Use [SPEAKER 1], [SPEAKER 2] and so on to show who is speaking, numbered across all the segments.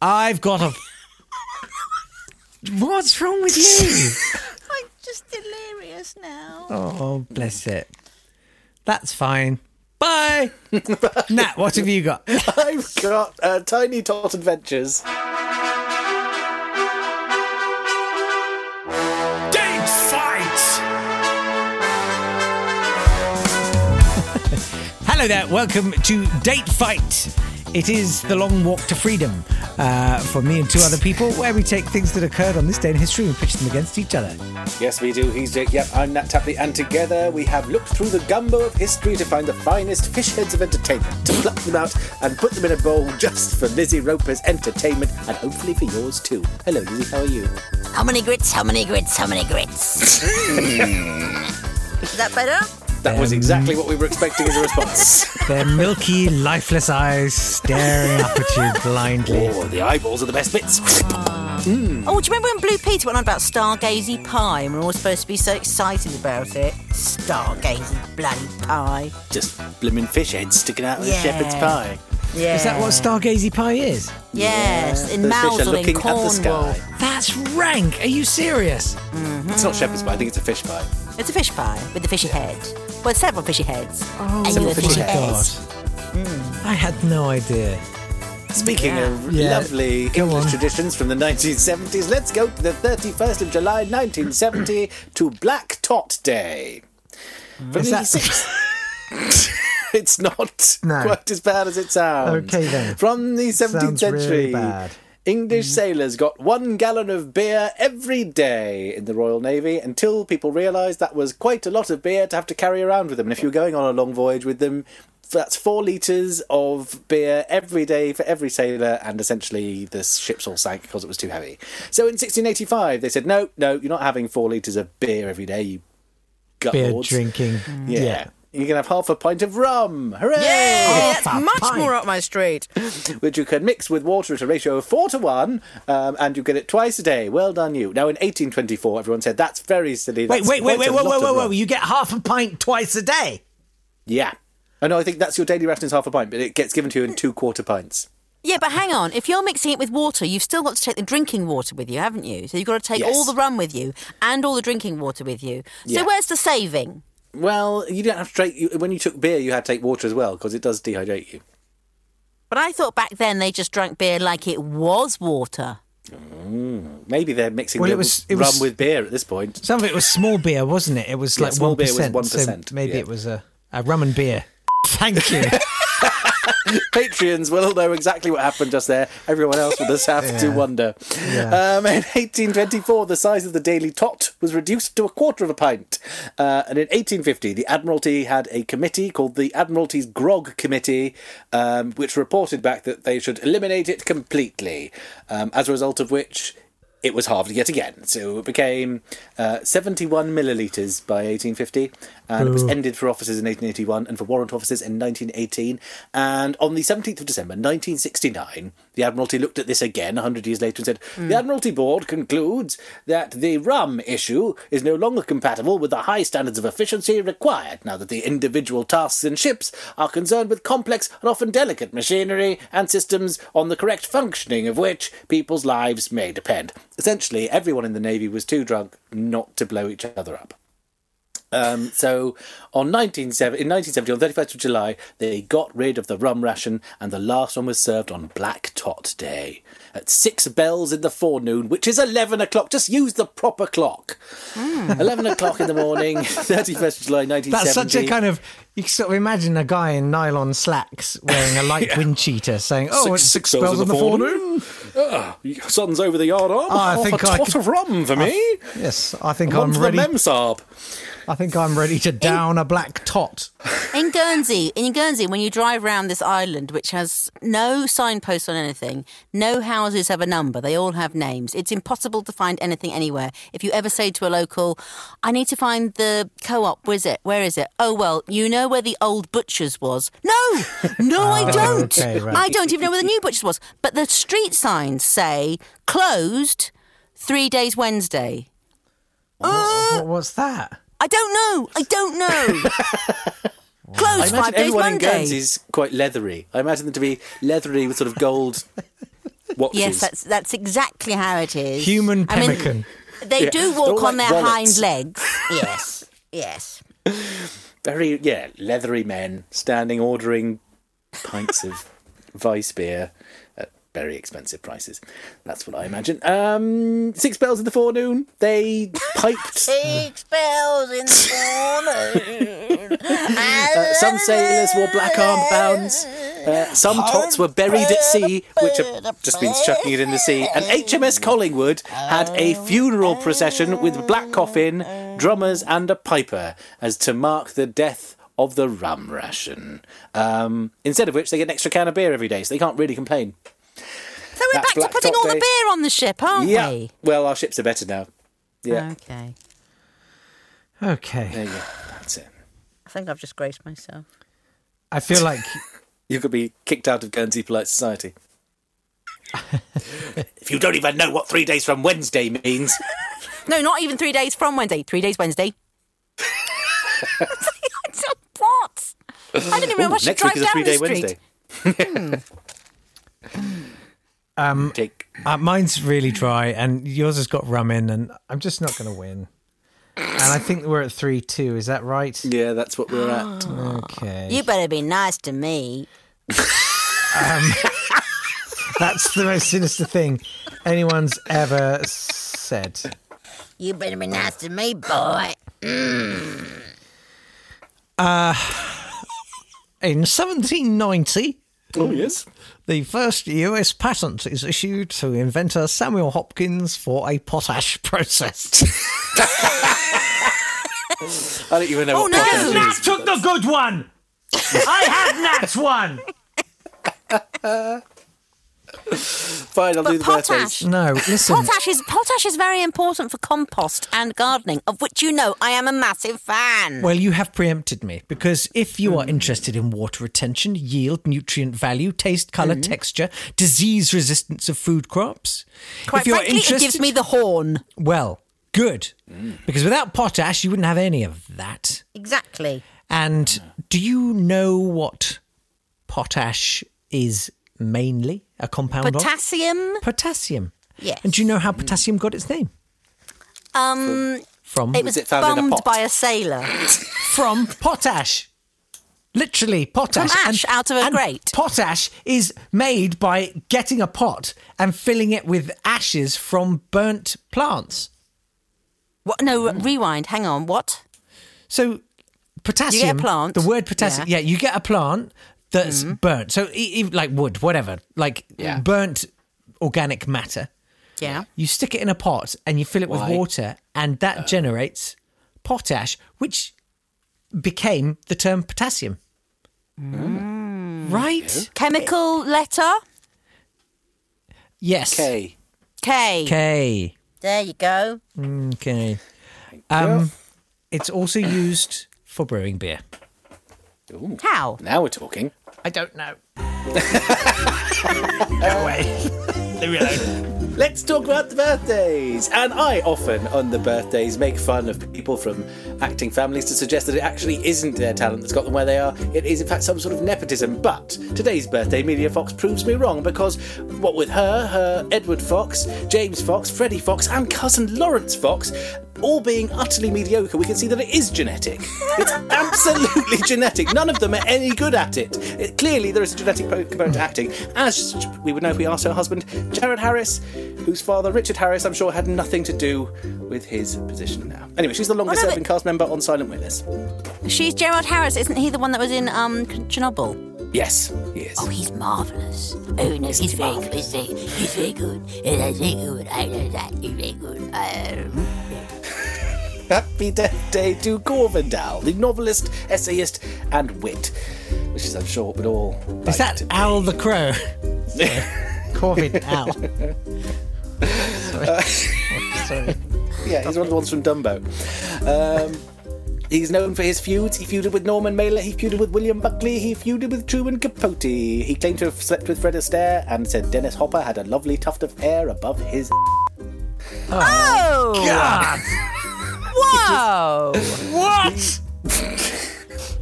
[SPEAKER 1] I've got a. What's wrong with you?
[SPEAKER 2] I'm just delirious now.
[SPEAKER 1] Oh, bless it. That's fine. Bye. Nat, what have you got?
[SPEAKER 3] I've got uh, Tiny Tot Adventures.
[SPEAKER 4] Date fight!
[SPEAKER 1] Hello there. Welcome to Date Fight. It is the long walk to freedom uh, for me and two other people, where we take things that occurred on this day in history and pitch them against each other.
[SPEAKER 3] Yes, we do. He's Jake. Yep, I'm Nat Tapley, and together we have looked through the gumbo of history to find the finest fish heads of entertainment, to pluck them out and put them in a bowl just for Lizzie Roper's entertainment, and hopefully for yours too. Hello, Lizzie. How are you?
[SPEAKER 2] How many grits? How many grits? How many grits? Is that better?
[SPEAKER 3] That
[SPEAKER 2] Um,
[SPEAKER 3] was exactly what we were expecting as a response.
[SPEAKER 1] Their milky, lifeless eyes staring up at you blindly.
[SPEAKER 3] oh, the eyeballs are the best bits.
[SPEAKER 2] Oh, do you remember when Blue Peter went on about stargazy pie and we we're all supposed to be so excited about it? Stargazy bloody pie.
[SPEAKER 3] just blimmin' fish heads sticking out of
[SPEAKER 2] Yeah.
[SPEAKER 3] the shepherd's pie.
[SPEAKER 2] Yeah.
[SPEAKER 1] Is that what Stargazy Pie is?
[SPEAKER 2] Yes, in
[SPEAKER 3] The fish are
[SPEAKER 2] Mousel in
[SPEAKER 3] looking at the
[SPEAKER 2] Cornwall.
[SPEAKER 3] sky.
[SPEAKER 1] That's rank. Are you serious?
[SPEAKER 3] It's not shepherd's pie. I think it's a fish pie.
[SPEAKER 2] It's a fish pie with the fishy head. Well, several fishy heads. Oh, and you
[SPEAKER 3] Several
[SPEAKER 2] the
[SPEAKER 3] fishy
[SPEAKER 2] fishy
[SPEAKER 1] My God.
[SPEAKER 2] heads.
[SPEAKER 3] Mm.
[SPEAKER 1] I had no idea.
[SPEAKER 3] Speaking
[SPEAKER 2] Yeah.
[SPEAKER 3] of
[SPEAKER 1] Yeah.
[SPEAKER 3] lovely
[SPEAKER 1] Go
[SPEAKER 3] English
[SPEAKER 1] on.
[SPEAKER 3] traditions from the 1970s, let's go to the 31st of July 1970 to Black Tot Day. From
[SPEAKER 1] Is
[SPEAKER 3] the
[SPEAKER 1] that-
[SPEAKER 3] 6th it's not
[SPEAKER 1] No.
[SPEAKER 3] quite as bad as it sounds.
[SPEAKER 1] Okay, then.
[SPEAKER 3] From the 17th
[SPEAKER 1] Sounds really
[SPEAKER 3] century.
[SPEAKER 1] bad.
[SPEAKER 3] English sailors got one gallon of beer every day in the Royal Navy until people realised that was quite a lot of beer to have to carry around with them. And if you're going on a long voyage with them, that's four litres of beer every day for every sailor, and essentially the ships all sank because it was too heavy. So in 1685, they said, no, no, you're not having four litres of beer every day, you gut
[SPEAKER 1] Beer
[SPEAKER 3] lords." Mm.
[SPEAKER 1] drinking.
[SPEAKER 3] Yeah. You can have half a pint of rum. Hooray!
[SPEAKER 1] a
[SPEAKER 2] Yeah, Oh, that's much
[SPEAKER 1] pie.
[SPEAKER 2] more up my street.
[SPEAKER 3] which you can mix with water at a ratio of four to one, um, and you get it twice a day. Well done, you. Now, in 1824, everyone said that's very silly.
[SPEAKER 1] Wait,
[SPEAKER 3] that's
[SPEAKER 1] wait, wait,
[SPEAKER 3] quite
[SPEAKER 1] wait,
[SPEAKER 3] a
[SPEAKER 1] whoa, whoa,
[SPEAKER 3] lot
[SPEAKER 1] whoa,
[SPEAKER 3] of
[SPEAKER 1] whoa.
[SPEAKER 3] rum."
[SPEAKER 1] You get half a pint twice a day.
[SPEAKER 3] Yeah. I know. I think that's your daily ration is half a pint, but it gets given to you in two quarter pints.
[SPEAKER 2] Yeah, but hang on. If you're mixing it with water, you've still got to take the drinking water with you, haven't you? So you've got to take
[SPEAKER 3] Yes.
[SPEAKER 2] all the rum with you and all the drinking water with you. So
[SPEAKER 3] Yeah.
[SPEAKER 2] where's the saving?
[SPEAKER 3] Well, you don't have to take. You, when you took beer, you had to take water as well because it does dehydrate you.
[SPEAKER 2] But I thought back then they just drank beer like it was water.
[SPEAKER 3] Maybe they're mixing
[SPEAKER 1] Well, it
[SPEAKER 3] the
[SPEAKER 1] was- it
[SPEAKER 3] rum
[SPEAKER 1] was-
[SPEAKER 3] with beer at this point.
[SPEAKER 1] Some of it was small beer, wasn't it? It was
[SPEAKER 3] Yeah,
[SPEAKER 1] like
[SPEAKER 3] small
[SPEAKER 1] one
[SPEAKER 3] beer was
[SPEAKER 1] percent.
[SPEAKER 3] 1%,
[SPEAKER 1] So maybe
[SPEAKER 3] yeah.
[SPEAKER 1] it was a, a rum and beer. Thank you.
[SPEAKER 3] Patreons will know exactly what happened just there. Everyone else will just have to wonder. Um, in 1824, the size of the Daily Tot was reduced to a quarter of a pint. Uh, and in 1850, the Admiralty had a committee called the Admiralty's Grog Committee, um, which reported back that they should eliminate it completely. Um, as a result of which, it was halved yet again. So it became uh, 71 millilitres by 1850, and it was ended for officers in 1881 and for warrant officers in 1918. And on the 17th of December 1969, the Admiralty looked at this again 100 years later and said, The Admiralty Board concludes that the rum issue is no longer compatible with the high standards of efficiency required now that the individual tasks in ships are concerned with complex and often delicate machinery and systems on the correct functioning of which people's lives may depend. Essentially, everyone in the Navy was too drunk not to blow each other up. Um, so, on 1970, in 1970, on 31st of July, they got rid of the rum ration, and the last one was served on Black Tot Day at six bells in the forenoon, which is 11 o'clock. Just use the proper clock. 11 o'clock in the morning, 31st of July, 1970.
[SPEAKER 1] Hmm. That's such a kind of. You can sort of imagine a guy in nylon slacks wearing a light wind cheater saying, "Oh,
[SPEAKER 3] Six-
[SPEAKER 1] it's
[SPEAKER 3] six
[SPEAKER 1] bells
[SPEAKER 3] bells in
[SPEAKER 1] on
[SPEAKER 3] the
[SPEAKER 1] the
[SPEAKER 3] forenoon."
[SPEAKER 1] forenoon."
[SPEAKER 3] Sun's over the yard arm.
[SPEAKER 1] I
[SPEAKER 3] half
[SPEAKER 1] think
[SPEAKER 3] a
[SPEAKER 1] I
[SPEAKER 3] tot
[SPEAKER 1] could-
[SPEAKER 3] of rum for me.
[SPEAKER 1] Yes, I think
[SPEAKER 3] One
[SPEAKER 1] I'm
[SPEAKER 3] for
[SPEAKER 1] ready.
[SPEAKER 3] the memsarb.
[SPEAKER 1] I think I'm ready to down a black tot.
[SPEAKER 2] In Guernsey, in Guernsey, when you drive round this island, which has no signposts on anything, no houses have a number. They all have names. It's impossible to find anything anywhere. If you ever say to a local, "I need to find the co-op," where is it? Where is it? Oh well, you know where the old butcher's was. No, no, I don't.
[SPEAKER 1] okay, right.
[SPEAKER 2] I don't even know where the new butcher's was. But the street signs say closed three days Wednesday.
[SPEAKER 1] What, what's that?
[SPEAKER 2] I don't know. I don't know.
[SPEAKER 3] I
[SPEAKER 2] Closed
[SPEAKER 3] imagine
[SPEAKER 2] five days
[SPEAKER 3] everyone in
[SPEAKER 2] Monday.
[SPEAKER 3] Guernsey's quite leathery. I imagine them to be leathery with sort of gold watches.
[SPEAKER 2] Yes, that's that's exactly how it is.
[SPEAKER 1] Human
[SPEAKER 2] I mean,
[SPEAKER 1] pemmican.
[SPEAKER 2] they
[SPEAKER 3] Yeah.
[SPEAKER 2] do
[SPEAKER 3] They're
[SPEAKER 2] walk
[SPEAKER 3] all
[SPEAKER 2] on
[SPEAKER 3] like
[SPEAKER 2] their hind
[SPEAKER 3] wallets.
[SPEAKER 2] legs. Yes, yes.
[SPEAKER 3] Very, yeah, leathery men standing ordering pints of vice beer at very expensive prices. That's what I imagine. Um, six bells in the forenoon. They piped.
[SPEAKER 2] Six bells in the morning.
[SPEAKER 3] Uh, some sailors wore black armbands. Uh, some tots were buried at sea, which have just been chucking it in the sea. And HMS Collingwood had a funeral procession with black coffin, drummers, and a piper as to mark the death of the rum ration. Um, instead of which, they get an extra can of beer every day, so they can't really complain.
[SPEAKER 2] So we're
[SPEAKER 3] That's
[SPEAKER 2] back to
[SPEAKER 3] Black
[SPEAKER 2] putting
[SPEAKER 3] Dog
[SPEAKER 2] all the
[SPEAKER 3] Day.
[SPEAKER 2] beer on the ship, aren't
[SPEAKER 3] Yeah.
[SPEAKER 2] we?
[SPEAKER 3] Well, our ships are better now. Yeah.
[SPEAKER 2] Okay.
[SPEAKER 1] Okay.
[SPEAKER 3] There you go. That's it.
[SPEAKER 2] I think I've just graced myself.
[SPEAKER 1] I feel like
[SPEAKER 3] You could be kicked out of Guernsey Polite Society. if you don't even know what three days from Wednesday means.
[SPEAKER 2] No, not even three days from Wednesday. Three days Wednesday. what? I didn't even know I should
[SPEAKER 3] next week
[SPEAKER 2] drive
[SPEAKER 3] is a
[SPEAKER 2] down
[SPEAKER 3] three
[SPEAKER 2] the
[SPEAKER 3] day
[SPEAKER 2] street.
[SPEAKER 3] Wednesday. um, Jake,
[SPEAKER 1] uh, mine's really dry and yours has got rum in, and I'm just not going to win. And I think we're at 3 2. Is that right?
[SPEAKER 3] yeah, that's what we're at.
[SPEAKER 1] Okay.
[SPEAKER 2] You better be nice to me.
[SPEAKER 1] That's the most sinister thing anyone's ever said.
[SPEAKER 2] You better be nice to me, boy.
[SPEAKER 1] In 1790,
[SPEAKER 3] oh yes,
[SPEAKER 1] the first US patent is issued to inventor Samuel Hopkins for a potash process.
[SPEAKER 3] I don't even know.
[SPEAKER 2] Oh,
[SPEAKER 3] what
[SPEAKER 2] no.
[SPEAKER 3] podcast it
[SPEAKER 2] Nat
[SPEAKER 3] is.
[SPEAKER 1] took the good one! I had Nat's one!
[SPEAKER 3] Fine, I'll
[SPEAKER 2] But
[SPEAKER 3] do the
[SPEAKER 2] potash.
[SPEAKER 3] birthdays.
[SPEAKER 1] No, listen.
[SPEAKER 2] Potash is potash is very important for compost and gardening, of which you know I am a massive fan.
[SPEAKER 1] Well, you have preempted me because if you are interested in water retention, yield, nutrient value, taste, color,
[SPEAKER 2] Mm.
[SPEAKER 1] texture, disease resistance of food crops,
[SPEAKER 2] Quite
[SPEAKER 1] if you're
[SPEAKER 2] frankly, it gives
[SPEAKER 1] interested-
[SPEAKER 2] me Mm. the horn.
[SPEAKER 1] well, good because without potash, you wouldn't have any of that.
[SPEAKER 2] Exactly.
[SPEAKER 1] And do you know what potash is mainly a compound of?
[SPEAKER 2] Potassium.
[SPEAKER 1] Potassium.
[SPEAKER 2] Yes. Mm.
[SPEAKER 1] And do you know how potassium got its name?
[SPEAKER 2] Um,
[SPEAKER 1] From
[SPEAKER 2] it was
[SPEAKER 3] it found in a
[SPEAKER 2] bummed
[SPEAKER 3] pot?
[SPEAKER 2] by a sailor.
[SPEAKER 1] from potash. Literally potash.
[SPEAKER 2] From ash out of a
[SPEAKER 1] and
[SPEAKER 2] grate.
[SPEAKER 1] Potash is made by getting a pot and filling it with ashes from burnt plants.
[SPEAKER 2] What? No, rewind. Hang on. What?
[SPEAKER 1] So potassium.
[SPEAKER 2] plant,
[SPEAKER 1] The word potassium. Yeah,
[SPEAKER 2] yeah. Mm.
[SPEAKER 1] you get a plant that's burnt. So e- e- like wood, whatever, like
[SPEAKER 3] Yeah.
[SPEAKER 1] burnt organic matter.
[SPEAKER 2] Yeah.
[SPEAKER 1] You stick it in a pot and you fill it
[SPEAKER 3] Why? Uh.
[SPEAKER 1] with water, and that generates potash, which became the term potassium.
[SPEAKER 3] Mm.
[SPEAKER 1] Right?
[SPEAKER 2] Chemical letter
[SPEAKER 1] Yes.
[SPEAKER 3] Okay.
[SPEAKER 2] K.
[SPEAKER 1] Okay.
[SPEAKER 2] There you go.
[SPEAKER 1] Okay. Um, it's also used for brewing beer.
[SPEAKER 2] How?
[SPEAKER 3] Now we're talking.
[SPEAKER 1] I don't know. no way. Leave me alone.
[SPEAKER 3] Let's talk about the birthdays. And I often, on the birthdays, make fun of people from acting families to suggest that it actually isn't their talent that's got them where they are. It is, in fact, some sort of nepotism. But today's birthday, Media Fox proves me wrong because, what with her, her Edward Fox, James Fox, Freddie Fox, and cousin Lawrence Fox, all being utterly mediocre, we can see that it is genetic. It's absolutely genetic. None of them are any good at it. it clearly, there is a genetic po- component to acting, as we would know if we asked her husband, Jared Harris, whose father, Richard Harris, I'm sure had nothing to do with his position now. Anyway, she's the longest
[SPEAKER 2] no,
[SPEAKER 3] serving
[SPEAKER 2] but-
[SPEAKER 3] cast member on Silent Witness.
[SPEAKER 2] She's Gerald Harris. Isn't he the one that was in um Chernobyl?
[SPEAKER 3] Yes, he is.
[SPEAKER 2] Oh, he's marvellous. Oh, no, he's very good. He's very, he's very good. He's very good. I know that. He's very good. Um,
[SPEAKER 3] Happy Death Day to Gorvindal, the novelist, essayist, and wit, which is, I'm sure, would all.
[SPEAKER 1] Is
[SPEAKER 3] like
[SPEAKER 1] that
[SPEAKER 3] to-
[SPEAKER 1] Al the Crow? Corvid Al. Sorry. Sorry.
[SPEAKER 3] Yeah, he's one of the ones from Dumbo. Um, he's known for his feuds. He feuded with Norman Mailer, he feuded with William Buckley, he feuded with Truman Capote. He claimed to have slept with Fred Astaire and said Dennis Hopper had a lovely tuft of hair above his.
[SPEAKER 2] oh! Whoa!
[SPEAKER 1] What?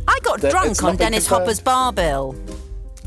[SPEAKER 2] I got
[SPEAKER 3] That- it's
[SPEAKER 2] drunk
[SPEAKER 3] not
[SPEAKER 2] on
[SPEAKER 3] been
[SPEAKER 2] Dennis
[SPEAKER 3] confirmed.
[SPEAKER 2] Hopper's bar bill.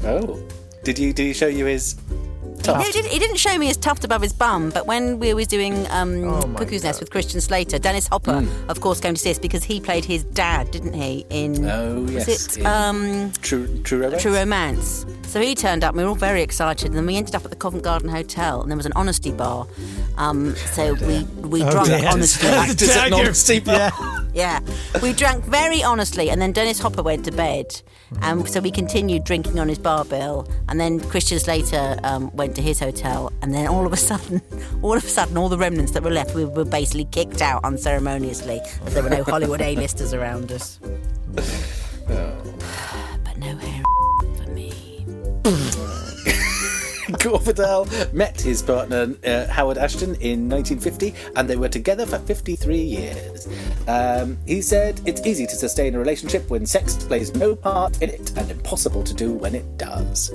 [SPEAKER 3] Oh. Did you did he show you his
[SPEAKER 2] No,
[SPEAKER 3] Tough.
[SPEAKER 2] he didn't, he didn't show me his tuft above his bum, but when we were doing um,
[SPEAKER 3] Oh,
[SPEAKER 1] my
[SPEAKER 2] Cuckoo's Nest with Christian Slater, Dennis Hopper,
[SPEAKER 3] Hmm.
[SPEAKER 2] of course, came to see us because he played his dad, didn't he? In
[SPEAKER 3] Oh,
[SPEAKER 2] was
[SPEAKER 3] yes,
[SPEAKER 2] it
[SPEAKER 3] in-
[SPEAKER 2] um,
[SPEAKER 3] True, true romance.
[SPEAKER 2] True Romance? So he turned up. and We were all very excited, and then we ended up at the Covent Garden Hotel, and there was an honesty bar. Um, so we we drank
[SPEAKER 1] Oh, dear.
[SPEAKER 2] honestly.
[SPEAKER 3] Actors at
[SPEAKER 1] Dagger.
[SPEAKER 3] non-honesty bar.
[SPEAKER 2] yeah, we drank very honestly, and then Dennis Hopper went to bed, and so we continued drinking on his bar bill, and then Christian Slater um, went to his hotel, and then all of a sudden, all of a sudden, all the remnants that were left, we were basically kicked out unceremoniously. There were no Hollywood A-listers around us, but no hair for me.
[SPEAKER 3] Corvidal met his partner uh, Howard Ashton in 1950 and they were together for 53 years. Um, he said, It's easy to sustain a relationship when sex plays no part in it and impossible to do when it does.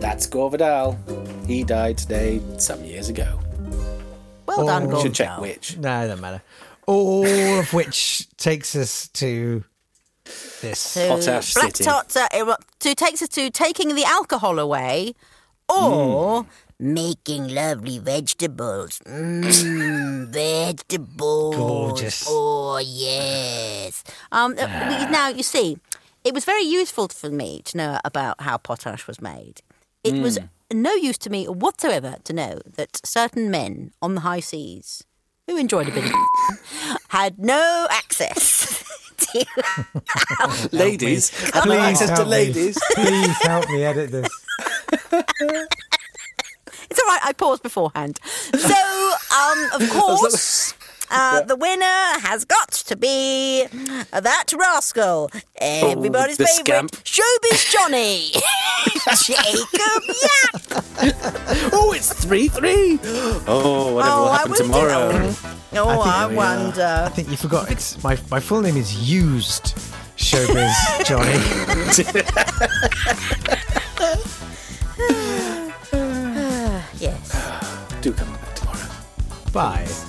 [SPEAKER 3] That's Gore Vidal. He died today some years ago.
[SPEAKER 2] Well done, Gordon.
[SPEAKER 3] Oh. Should check which.
[SPEAKER 1] No, it doesn't matter. All of which takes us to this.
[SPEAKER 2] to
[SPEAKER 3] Potash
[SPEAKER 2] Black
[SPEAKER 3] City.
[SPEAKER 2] Tot uh, eru- to takes us to taking the alcohol away
[SPEAKER 3] Mm.
[SPEAKER 2] or making lovely vegetables. Mmm, vegetables.
[SPEAKER 1] Gorgeous.
[SPEAKER 2] Oh, yes. Um, uh,
[SPEAKER 3] Ah.
[SPEAKER 2] we- now, you see, it was very useful for me to know about how potash was made. It was
[SPEAKER 3] Mm.
[SPEAKER 2] no use to me whatsoever to know that certain men on the high seas who enjoyed a bit of had no access to
[SPEAKER 3] Ladies, have no
[SPEAKER 1] Please
[SPEAKER 3] access to
[SPEAKER 1] help me.
[SPEAKER 3] ladies.
[SPEAKER 1] Please help me edit this.
[SPEAKER 2] It's all right. I paused beforehand. So, um, of course, uh, the winner has got to be that rascal, everybody's
[SPEAKER 3] Oh, the
[SPEAKER 2] favourite,
[SPEAKER 3] scamp.
[SPEAKER 2] showbiz Johnny, Jacob Yap.
[SPEAKER 3] Oh, it's 3 3. Oh, whatever will happen
[SPEAKER 2] wonder-
[SPEAKER 3] tomorrow.
[SPEAKER 2] Oh,
[SPEAKER 1] think
[SPEAKER 2] I,
[SPEAKER 1] we are. I
[SPEAKER 2] wonder.
[SPEAKER 1] think you forgot. It's my my full name is Used Showbiz Johnny.
[SPEAKER 2] Yes.
[SPEAKER 3] Do come back tomorrow.
[SPEAKER 1] Bye.